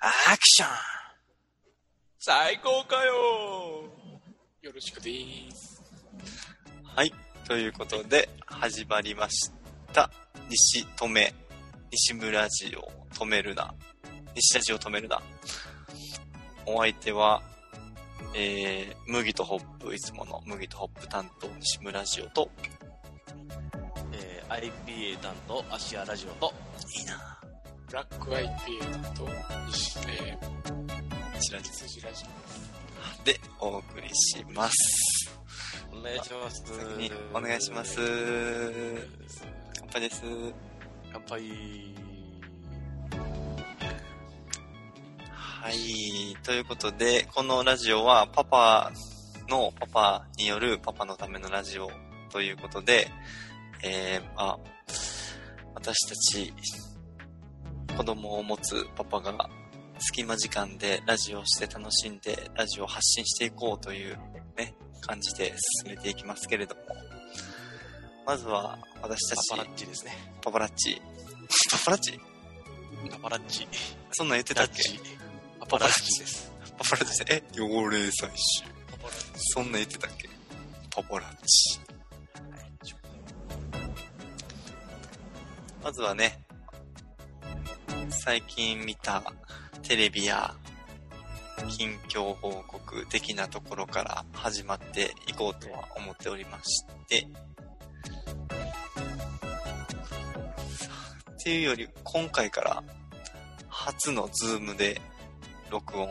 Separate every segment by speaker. Speaker 1: アクション
Speaker 2: 最高かよよろしくでーす。
Speaker 1: はい。ということで、始まりました。西止め、西村ジを止めるな。西ラジを止めるな。お相手は、えー、麦とホップ、いつもの麦とホップ担当、西村ジオと、
Speaker 3: えー、IPA 担当、芦屋ラジオと、
Speaker 1: いいな
Speaker 2: ブラック IPA と西で、
Speaker 1: 西ラジ
Speaker 2: 羊ラジ
Speaker 1: オでお送りします。
Speaker 3: お願いします。
Speaker 1: 先にお願いします。乾杯です。
Speaker 3: 乾杯。
Speaker 1: はい。ということで、このラジオはパパのパパによるパパのためのラジオということで、えー、まあ、私たち子供を持つパパが隙間時間でラジオをして楽しんで、ラジオを発信していこうというね、感じで進めていきますけれども、まずは私たち
Speaker 3: パパラッチですね。
Speaker 1: パパラッチ。パパラッチ
Speaker 3: パパラッチ。
Speaker 1: そんなん言ってたっ
Speaker 3: ラッ
Speaker 1: け
Speaker 3: チ。パパラッチです。
Speaker 1: パパラッチえ汚れ採取。
Speaker 2: パパラッ
Speaker 1: そんなん言ってたっけパパラッチ。まずはね、最近見たテレビや近況報告的なところから始まっていこうとは思っておりまして、っていうより今回から初のズームで録音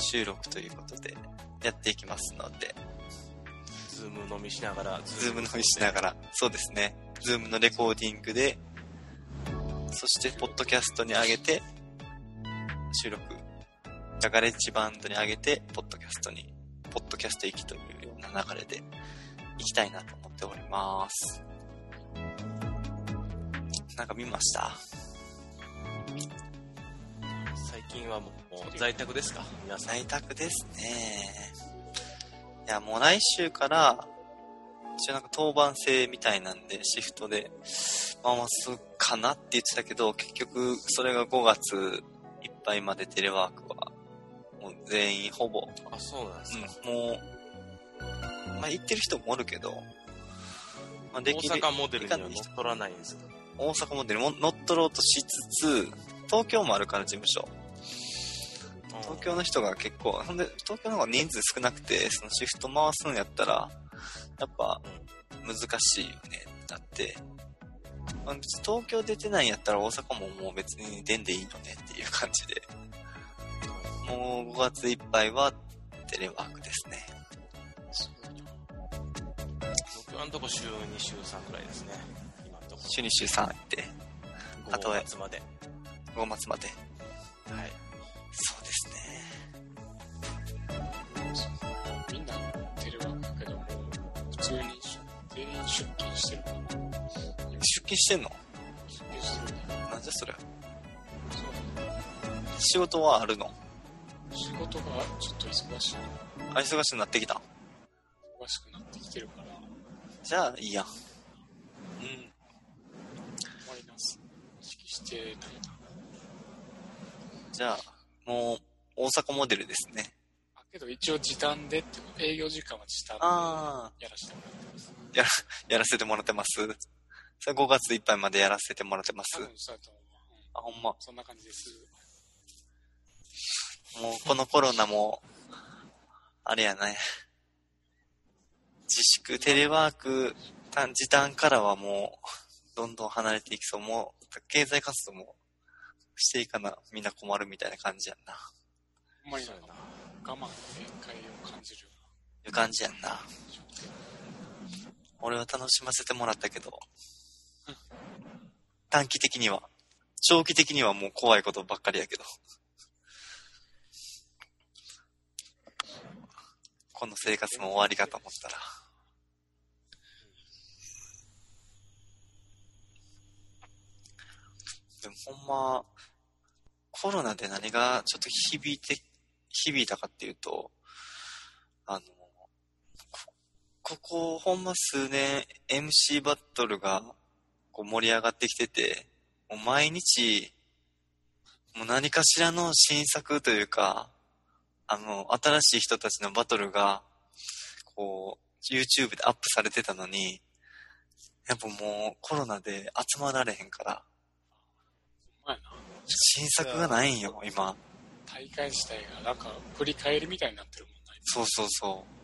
Speaker 1: 収録ということでやっていきますので、
Speaker 3: ズーム飲みしながら、
Speaker 1: ズームのみしながら、そうですね、ズームのレコーディングで、そして、ポッドキャストに上げて、収録、じゃガレッジバンドに上げて、ポッドキャストに、ポッドキャスト行きというような流れで、行きたいなと思っております。なんか見ました
Speaker 3: 最近はもうもう在宅ですか皆さん。
Speaker 1: 在宅ですね。いや、もう来週から、一応なんか当番制みたいなんで、シフトで回すかなって言ってたけど、結局それが5月いっぱいまでテレワークは、もう全員ほぼ、
Speaker 3: あ、そうなんですか。
Speaker 1: うんもう、まあ行ってる人もおるけど、まあできる
Speaker 3: 大阪モデルには乗っ取らないんですけど。
Speaker 1: 大阪モデルも乗っ取ろうとしつつ、東京もあるから事務所。東京の人が結構、ほんで、東京の方が人数少なくて、そのシフト回すんやったら、やっぱ難しいよね、だって。まあ別に東京出てないんやったら大阪ももう別に出んでいいよねっていう感じで。もう5月いっぱいはテレワークですね。
Speaker 3: 僕はんとこ週2、週3くらいですね。今んとこ。
Speaker 1: 週に週3行って、あと
Speaker 3: 5
Speaker 1: は
Speaker 3: 月まで。は
Speaker 1: 5月まで。
Speaker 3: い。
Speaker 1: そうですね。
Speaker 2: オ。みんなテレワークだけども、普通に全員出勤してるから。今
Speaker 1: 出勤してんの
Speaker 2: 出勤してるから。
Speaker 1: なんじゃそれ。
Speaker 2: そう
Speaker 1: 仕事はあるの
Speaker 2: 仕事がちょっと忙しい
Speaker 1: あ、忙しくなってきた。
Speaker 2: 忙しくなってきてるから、
Speaker 1: じゃあ、いいや。うん。
Speaker 2: マイナス意識してないな。
Speaker 1: じゃあ、もう、大阪モデルですね。
Speaker 2: あけど一応時短でってこと営業時間は時短で
Speaker 1: ああ。
Speaker 2: やらせてもらってます。
Speaker 1: やらせてもらってます。それ5月いっぱいまでやらせてもらってます
Speaker 2: 多。分そうだと思う。うん
Speaker 1: あ、ほんま。も
Speaker 2: そんな感じです。
Speaker 1: う、このコロナも、あれやね。自粛、テレワーク、短時短からはもう、どんどん離れていきそう。もう、経済活動もしていかな、みんな困るみたいな感じやんな。
Speaker 2: ほんまに
Speaker 3: そう
Speaker 2: なん
Speaker 3: や
Speaker 2: か
Speaker 3: な。
Speaker 2: 我慢の限界を感じるよ
Speaker 1: いう感じやんな。
Speaker 2: うな状況。
Speaker 1: 俺は楽しませてもらったけど、短期的には、長期的にはもう怖いことばっかりやけど。この生活も終わりかと思ったら。でもほんま、コロナで何がちょっと響いて、響いたかっていうと、あの、ここほんま数年 MC バトルがこう盛り上がってきてて、もう毎日もう何かしらの新作というか、あの、新しい人たちのバトルが、こう、YouTube でアップされてたのに、やっぱもうコロナで集まられへんから、
Speaker 2: ほんまやな。
Speaker 1: 新作がないんよ、今。
Speaker 2: 大会自体がなんか振り返りみたいになってるもんない
Speaker 1: そうそうそう。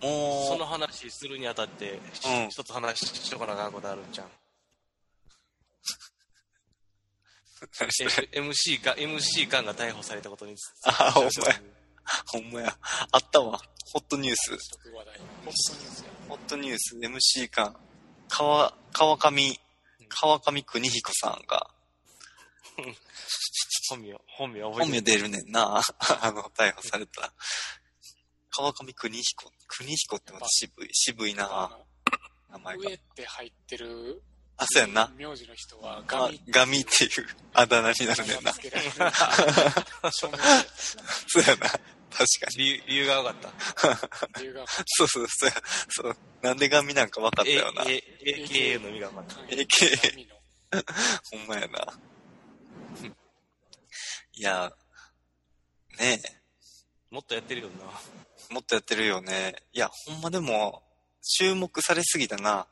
Speaker 3: そ
Speaker 1: も
Speaker 3: の話するにあたって、
Speaker 1: うん
Speaker 3: 一つ話しとかなあかんことあるんちゃん。
Speaker 1: う、
Speaker 3: え MC か、MC 官が逮捕されたことについて。
Speaker 1: あほんまや ほんまや。あったわ。ホットニュース。
Speaker 2: 職話題ホットニュースや
Speaker 1: ホットニュース MC 館、川、川上、川上邦彦さんが、
Speaker 3: 本名、本名
Speaker 1: 本
Speaker 3: 覚えてる
Speaker 1: 名出るねんな、あの、逮捕された。川上邦彦、邦彦ってまた渋い、渋い
Speaker 2: あ
Speaker 1: な、名前
Speaker 2: の
Speaker 1: が
Speaker 2: 上っ。て入ってる
Speaker 1: あ、そうやんな。
Speaker 2: 名字の人はガ
Speaker 1: あ
Speaker 2: ミ
Speaker 1: ガミっていうあだ名になるねんな。
Speaker 2: つけられる証明
Speaker 1: そうやな。確かに。
Speaker 3: 理由理由が分かった。
Speaker 2: 理由が
Speaker 1: そうそうそうや。そう。なんでガミなんか分かったよな。
Speaker 3: A、A、AKA の意味が分かった。
Speaker 1: AKA
Speaker 2: ガミの
Speaker 1: ほんまやな。いや、ねえ。
Speaker 3: もっとやってるよな。
Speaker 1: もっとやってるよね。いや、ほんまでも、注目されすぎたな。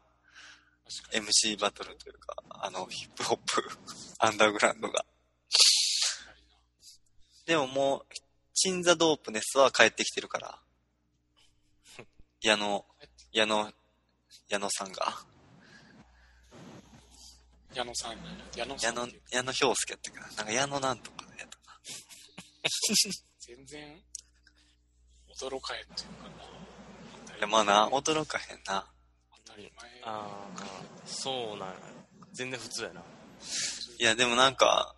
Speaker 2: 確かに
Speaker 1: MC バトルというか、あの、ヒップホップ、 アンダーグラウンドが。でももう、チンザドープネスは帰ってきてるから。矢野、矢野、矢野さんが。
Speaker 2: 矢野さん矢野さ
Speaker 1: 矢
Speaker 2: ん
Speaker 1: 野
Speaker 2: っていう、
Speaker 1: 矢野氷介やったっけな。なんか矢野なんとかやったな。
Speaker 2: 全然驚かへんというかない
Speaker 1: や、まあな、驚かへんな。
Speaker 2: 当たり前
Speaker 3: ああ、そうなんや。全然普通やな。
Speaker 1: いや、でもなんか、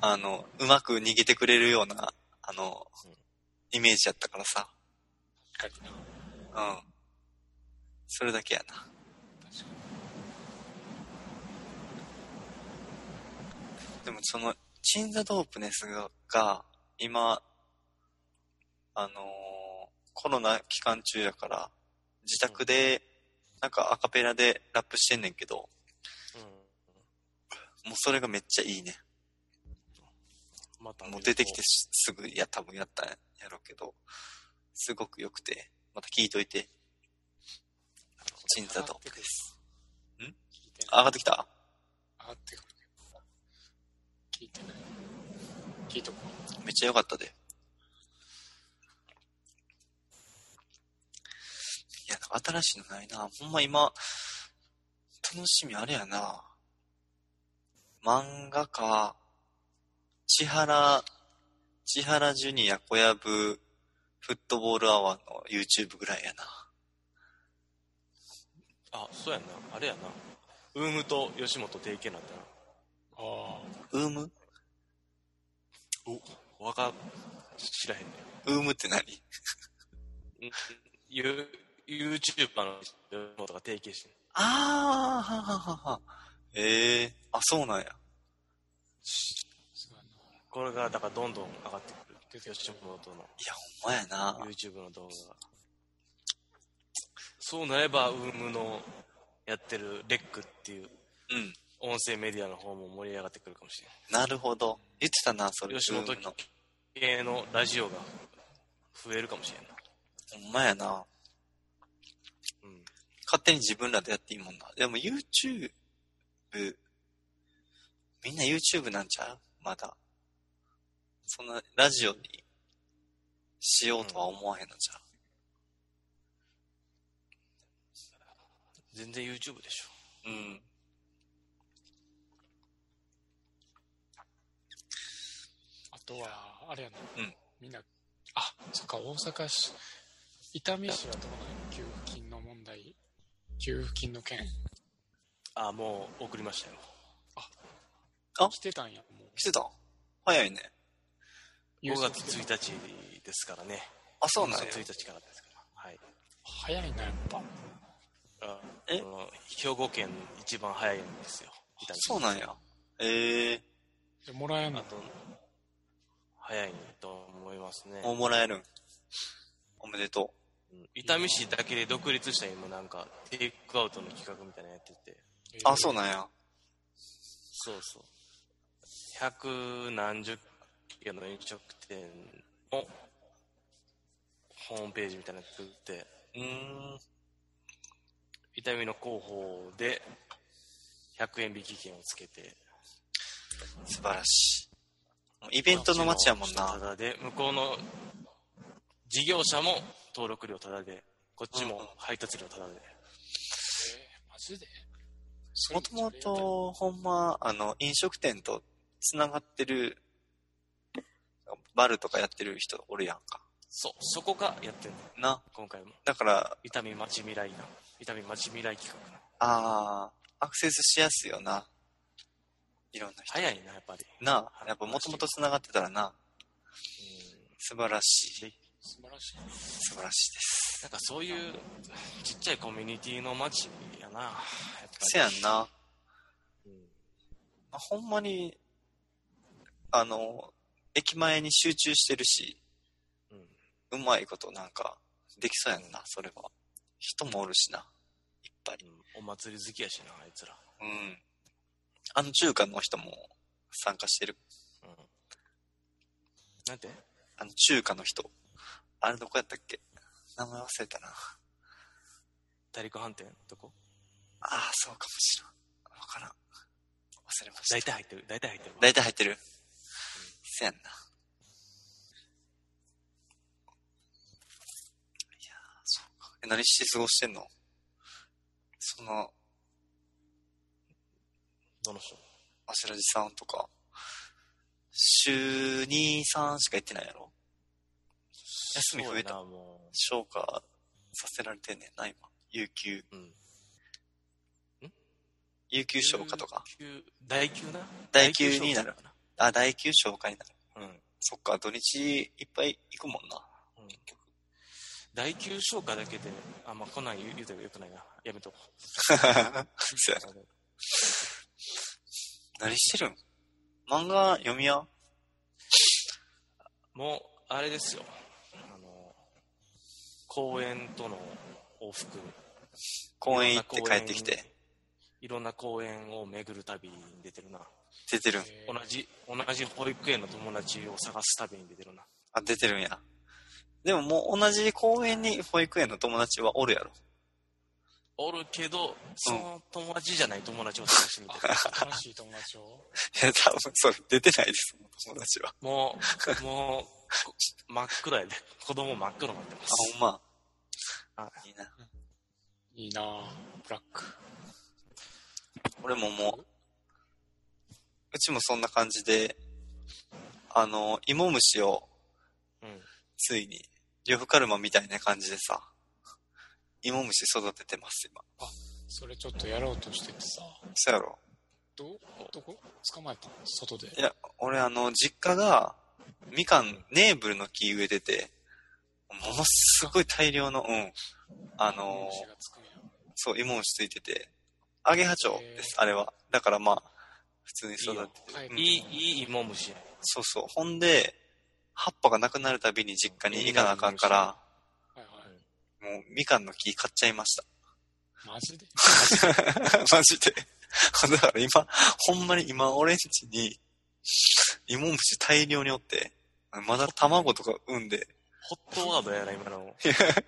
Speaker 1: あの、うまく逃げてくれるような、あの
Speaker 3: うん、
Speaker 1: イメージやったからさ。
Speaker 2: 確かにな
Speaker 1: うん。それだけやな。
Speaker 2: 確か
Speaker 1: でもその、チンザドープネスが、今、あのーコロナ期間中やから、自宅で、なんかアカペラでラップしてんねんけど、
Speaker 3: うん。
Speaker 1: もうそれがめっちゃいいね。
Speaker 3: また、
Speaker 1: もう出てきてしすぐ、いや、多分やったんやろうけど、すごく良くて、また聞いといて、
Speaker 2: に
Speaker 1: チンザドープネス。
Speaker 2: 聞いてない
Speaker 1: 上がってきた
Speaker 2: 上がってくるけど聞いてない聞いとこう
Speaker 1: めっちゃ良かったで。いや、新しいのないな。ほんま今、楽しみあれやな。漫画か、千原、千原ジュニア小籔フットボールアワーの YouTube ぐらいやな。
Speaker 3: あ、そうやな。あれやな。ウームと吉本提携になったな。
Speaker 2: あ
Speaker 1: ウーム
Speaker 3: お、わか、知らへんね
Speaker 1: ウームって何
Speaker 3: ん。ユーチューバーの吉本が提携してん
Speaker 1: あー、はははは。ええー、あ、そうなんや。
Speaker 2: そうやな
Speaker 3: これが、だからどんどん上がってくる。吉本
Speaker 1: い
Speaker 3: の
Speaker 1: や、ほんまやな。
Speaker 3: YouTube の動画が。そうなれば、ウームのやってるレックっていう
Speaker 1: うん。
Speaker 3: 音声メディアの方も盛り上がってくるかもしれ
Speaker 1: なるほど。言ってたな、それ。
Speaker 3: ない。吉
Speaker 1: Zoom
Speaker 3: 本
Speaker 1: の
Speaker 3: 系のラジオが増えるかもしれんない。
Speaker 1: ほんまやな。
Speaker 3: うん。
Speaker 1: 勝手に自分らでやっていいもんな。でも YouTube、みんな YouTube なんちゃうまだ。そんなラジオにしようとは思わへんのちゃう、
Speaker 3: 全然 YouTube でしょ。
Speaker 1: うん。
Speaker 2: あとは、あれやな、
Speaker 1: うん
Speaker 2: みんな、あそっか、大阪市、伊丹市はどうなの給付金の問題、給付金の件、
Speaker 3: ああ、もう送りましたよ。
Speaker 1: あ
Speaker 2: 来てたんや、もう、
Speaker 1: 来てた早いね。
Speaker 2: 郵
Speaker 3: 5
Speaker 2: 送
Speaker 3: 月
Speaker 2: 来てた
Speaker 3: 1日ですからね。
Speaker 1: あ、そうなん
Speaker 3: 5
Speaker 1: や。
Speaker 3: 月1日からですから。はい。
Speaker 2: 早いな、やっぱ、
Speaker 3: あ
Speaker 1: え
Speaker 3: この兵庫県一番早いんですよ。伊丹
Speaker 1: そうなんや。ええ
Speaker 2: でもらえんの
Speaker 3: あと、早いと思いますね。
Speaker 1: もうもらえるん。おめでと
Speaker 3: うん伊丹市だけで独立した今なんかテイクアウトの企画みたいなのやってて
Speaker 1: う。あ、そう
Speaker 2: う
Speaker 1: なんや。
Speaker 3: そうそう百何十軒の飲食店のホームページみたいなの作って、うーん、痛みの広報で100円引き券をつけて、
Speaker 1: 素晴らしい。イベントの街やもん
Speaker 3: こっちの人
Speaker 1: な。
Speaker 3: タダで、向こうの事業者も登録料タダで、こっちも配達料タダで。
Speaker 2: マジで
Speaker 1: もともと、ほんま、あの、飲食店と繋がってる、バルとかやってる人おるやんか。
Speaker 3: そう、そこがやってんの、
Speaker 1: な。
Speaker 3: 今回も。
Speaker 1: だから、
Speaker 3: 痛み町未来な。痛み町未来企画な。
Speaker 1: あー、アクセスしやすいよな。いろんな人。
Speaker 3: 早いな、やっぱり。
Speaker 1: なあ、やっぱもともと繋がってたらな、
Speaker 3: うん
Speaker 1: 素晴らしい。
Speaker 2: 素晴らしい。
Speaker 1: 素晴らしいです。
Speaker 3: なんかそういうちっちゃいコミュニティの街やな、やっぱり。
Speaker 1: せやんな。
Speaker 3: うん
Speaker 1: まあ、ほんまに、あの、駅前に集中してるし、
Speaker 3: う
Speaker 1: う
Speaker 3: ん
Speaker 1: まいことなんか、できそうやんな、それは。人もおるしな、いっぱい。
Speaker 3: うんお祭り好きやしな、あいつら。
Speaker 1: うん。あの中華の人も参加してる。
Speaker 3: うんなんて
Speaker 1: あの中華の人。あれどこやったっけ名前忘れたな。
Speaker 3: 大陸飯店どこ
Speaker 1: ああ、そうかもしれん。わからん。忘れました
Speaker 3: 大。体入ってる、大体入ってるわ。
Speaker 1: 大体入ってる。せやんな。いやーそうか。え、何して過ごしてんのその、
Speaker 3: どの人
Speaker 1: あしらじさんとか、週2、3しか行ってないやろ休み増えた
Speaker 3: そうやなも
Speaker 1: 消化させられてんねんな、今。有給、
Speaker 3: う。うん。
Speaker 1: 有給消化とか。
Speaker 3: 有給。大休な
Speaker 1: 大休になる
Speaker 3: 大休消
Speaker 1: あ、大休消化になる。
Speaker 3: 化かな。うん。
Speaker 1: そっか、土日いっぱい行くもんな。
Speaker 3: うん大休消化だけで、あ、まあ、こんなん言う言うたらよくないな。やめとこう。
Speaker 1: そうやな。何してるん漫画読みや
Speaker 3: もう、あれですよ。あの、公園との往復。
Speaker 1: 公園行って帰ってきて。
Speaker 3: いろんな公園を巡る旅に出てるな。
Speaker 1: 出てるん
Speaker 3: 同じ、同じ保育園の友達を探す旅に出てるな。
Speaker 1: あ、出てるんや。でももう同じ公園に保育園の友達はおるやろ。
Speaker 3: おるけど、その友達じゃない友達を探しに行ってる。
Speaker 2: 楽しい友達を。
Speaker 1: いや、多分それ出てないです、友達は。
Speaker 3: もう、もう、こ真っ暗やで。子供真っ黒になってま
Speaker 1: あ、
Speaker 3: す。
Speaker 1: ほんま。
Speaker 3: あ
Speaker 1: いいな。
Speaker 2: いいなぁ。ブラック。
Speaker 1: 俺ももう、うちもそんな感じで、あの、芋虫を
Speaker 3: うん。
Speaker 1: ついに、呂布カルマみたいな感じでさ、芋虫育ててます、今。
Speaker 2: それちょっとやろうとしててさ。
Speaker 1: そうやろ。
Speaker 2: ど、どこ捕まえたの外で。
Speaker 1: いや、俺あの、実家が、みかん、ネーブルの木植えてて、ものすごい大量の、うん。あの、
Speaker 2: 虫がつくんや。
Speaker 1: そう、芋虫ついてて、アゲハチョウです、あれは。だからまあ、普通に育てて
Speaker 2: いいよ
Speaker 1: る。うん
Speaker 3: いい、いい芋虫や。
Speaker 1: そうそう。ほんで、葉っぱがなくなるたびに実家に行かなあかんから、
Speaker 2: はいはい。
Speaker 1: もうみかんの木買っちゃいました。
Speaker 2: マジで
Speaker 1: マジで。だから今、ほんまに今、オレンジに、芋虫大量におって、まだ卵とか産んで、
Speaker 3: ホットワードやな、今の。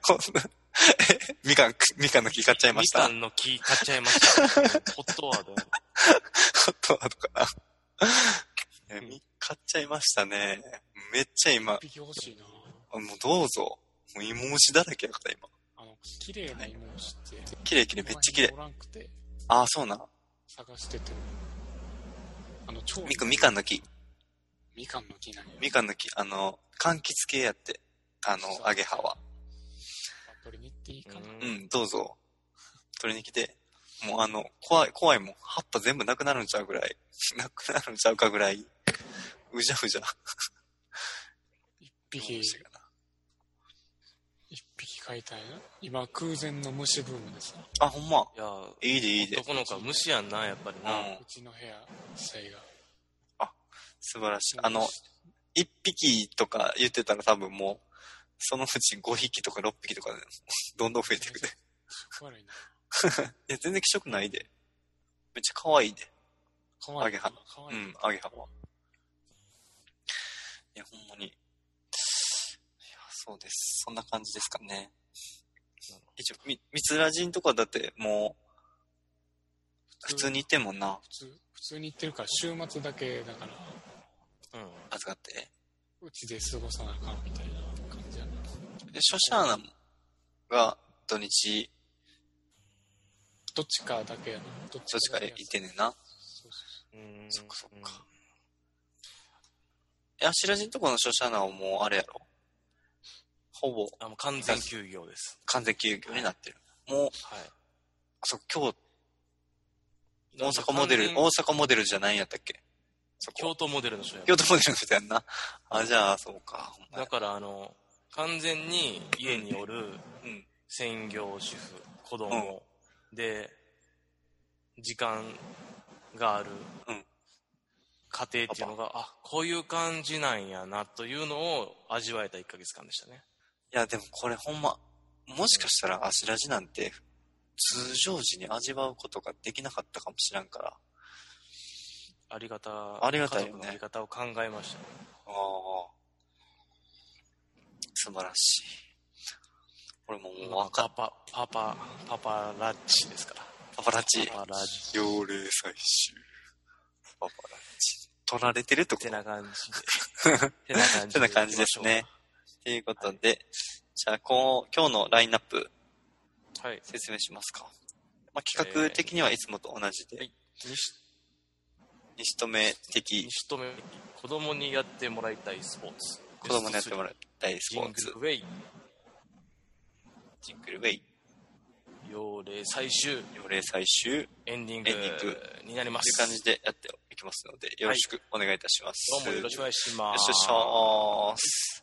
Speaker 1: こんな、 えみかん、みかんの木買っちゃいま
Speaker 3: み
Speaker 1: し
Speaker 3: か
Speaker 1: た。
Speaker 3: んの木買っちゃい ました。ホットワードやな。
Speaker 1: あとはどうかな。えみ買っちゃいましたね。めっちゃ今、も
Speaker 2: 一匹欲しいなぁ。
Speaker 1: うどうぞ。もう芋虫だらけやから今。
Speaker 2: あの、綺麗な芋虫って。
Speaker 1: 綺麗綺麗、めっちゃ綺麗
Speaker 2: お。らんくて、
Speaker 1: ああ、そうな。
Speaker 2: 探してて。あの、超
Speaker 1: みく、みかんの木。
Speaker 2: みかんの木なんや。
Speaker 1: みかんの木、あの、柑橘系やって。あの、揚げ葉は。
Speaker 2: 取りに行っていいかな。
Speaker 1: う
Speaker 3: うん。
Speaker 1: ん、どうぞ。取りに来て。もうあの、怖い、怖いもん。葉っぱ全部なくなるんちゃうぐらい。 なくなるんちゃうかぐらい。うじゃうじゃ。
Speaker 2: 一匹、一匹飼いたいな。今、空前の虫ブームでさ、
Speaker 1: あ、ほんま。
Speaker 3: いやー、
Speaker 1: いいでいいで。
Speaker 3: 男の子は虫やんな、やっぱり
Speaker 1: う
Speaker 3: な。
Speaker 1: ん
Speaker 2: う。ちの部屋、生が。
Speaker 1: 素晴らしい。あの、一匹とか言ってたら多分もう、そのうち5匹とか6匹とか、どんどん増えていくで。
Speaker 2: 悪いな。
Speaker 1: いや、全然気色ないで。めっちゃ可愛いで。
Speaker 2: かわいい
Speaker 1: アゲ
Speaker 2: な。
Speaker 1: ハ
Speaker 2: かわ
Speaker 1: う
Speaker 2: いいな。
Speaker 1: ん、アゲハは。いや、ほんまに。いや、そうです。そんな感じですかね。一応、み、みつらじんとかだってもう、普通にいてもんな、
Speaker 2: 普通普通に行ってるから週末だけだから
Speaker 3: うん。
Speaker 1: 預かって。
Speaker 2: うちで過ごさなあかんみたいな感じやな
Speaker 1: で、ショシャーナが土日、
Speaker 2: どっちかだけやなどっ
Speaker 1: どっちか
Speaker 2: だ
Speaker 1: へ
Speaker 2: け
Speaker 1: いてんねんな。
Speaker 2: そうそう
Speaker 3: うん。
Speaker 1: そっかそっか。え、アシラジんとこのショシャーナはもうあれやろ。ほぼ
Speaker 3: あ、もう完全休業です。
Speaker 1: 完全休業になってる。もう、
Speaker 3: はい。
Speaker 1: そっか今日、大阪モデル、大阪モデルじゃないんやったっけそこ
Speaker 3: 京都モデルの人や
Speaker 1: 京都モデルの人やんな。あ、じゃあ、そうか。ほんまや
Speaker 3: だから、あの、完全に家におる
Speaker 1: うん。
Speaker 3: 専業主婦、子供、で、時間がある
Speaker 1: うん
Speaker 3: 家庭っていうのが、あ、こういう感じなんやなというのを味わえた1ヶ月間でしたね。
Speaker 1: いや、でもこれほんま、もしかしたらアシラジなんて、通常時に味わうことができなかったかもしらんから。
Speaker 3: ありがた
Speaker 1: ありがたいよね
Speaker 3: 家族のあり方を考えましたね。
Speaker 1: ああ。素晴らしい。俺ももうわか
Speaker 3: パパ、パパ、パパラッチですから。
Speaker 1: パパラッチ。
Speaker 3: パパラッチ。
Speaker 1: 幼霊採集。パパラッチ。取られてるってこ
Speaker 3: て
Speaker 1: と
Speaker 3: な感じ で。てな感
Speaker 1: てな感じですね。。ということで、じゃあこう、今日のラインナップ
Speaker 3: はい。
Speaker 1: 説明しますか。まあ、企画的にはいつもと同じで、
Speaker 3: はい西
Speaker 1: 西留的
Speaker 3: 西留子供にやってもらいたいスポーツ。
Speaker 1: 子供にやってもらいたいスポー
Speaker 3: ジン
Speaker 1: ツ
Speaker 3: グ、ルウェイ、
Speaker 1: ジングルウェイ、
Speaker 3: 幼霊最終
Speaker 1: 幼霊採集
Speaker 3: エンディング
Speaker 1: エンディング
Speaker 3: になりま
Speaker 1: という
Speaker 3: す。
Speaker 1: 感じでやっていきますので、よろしくお願いいたします。
Speaker 3: どうもよろしくお願いし
Speaker 1: よ
Speaker 3: ま
Speaker 1: ろし
Speaker 3: す。
Speaker 1: くお願いします。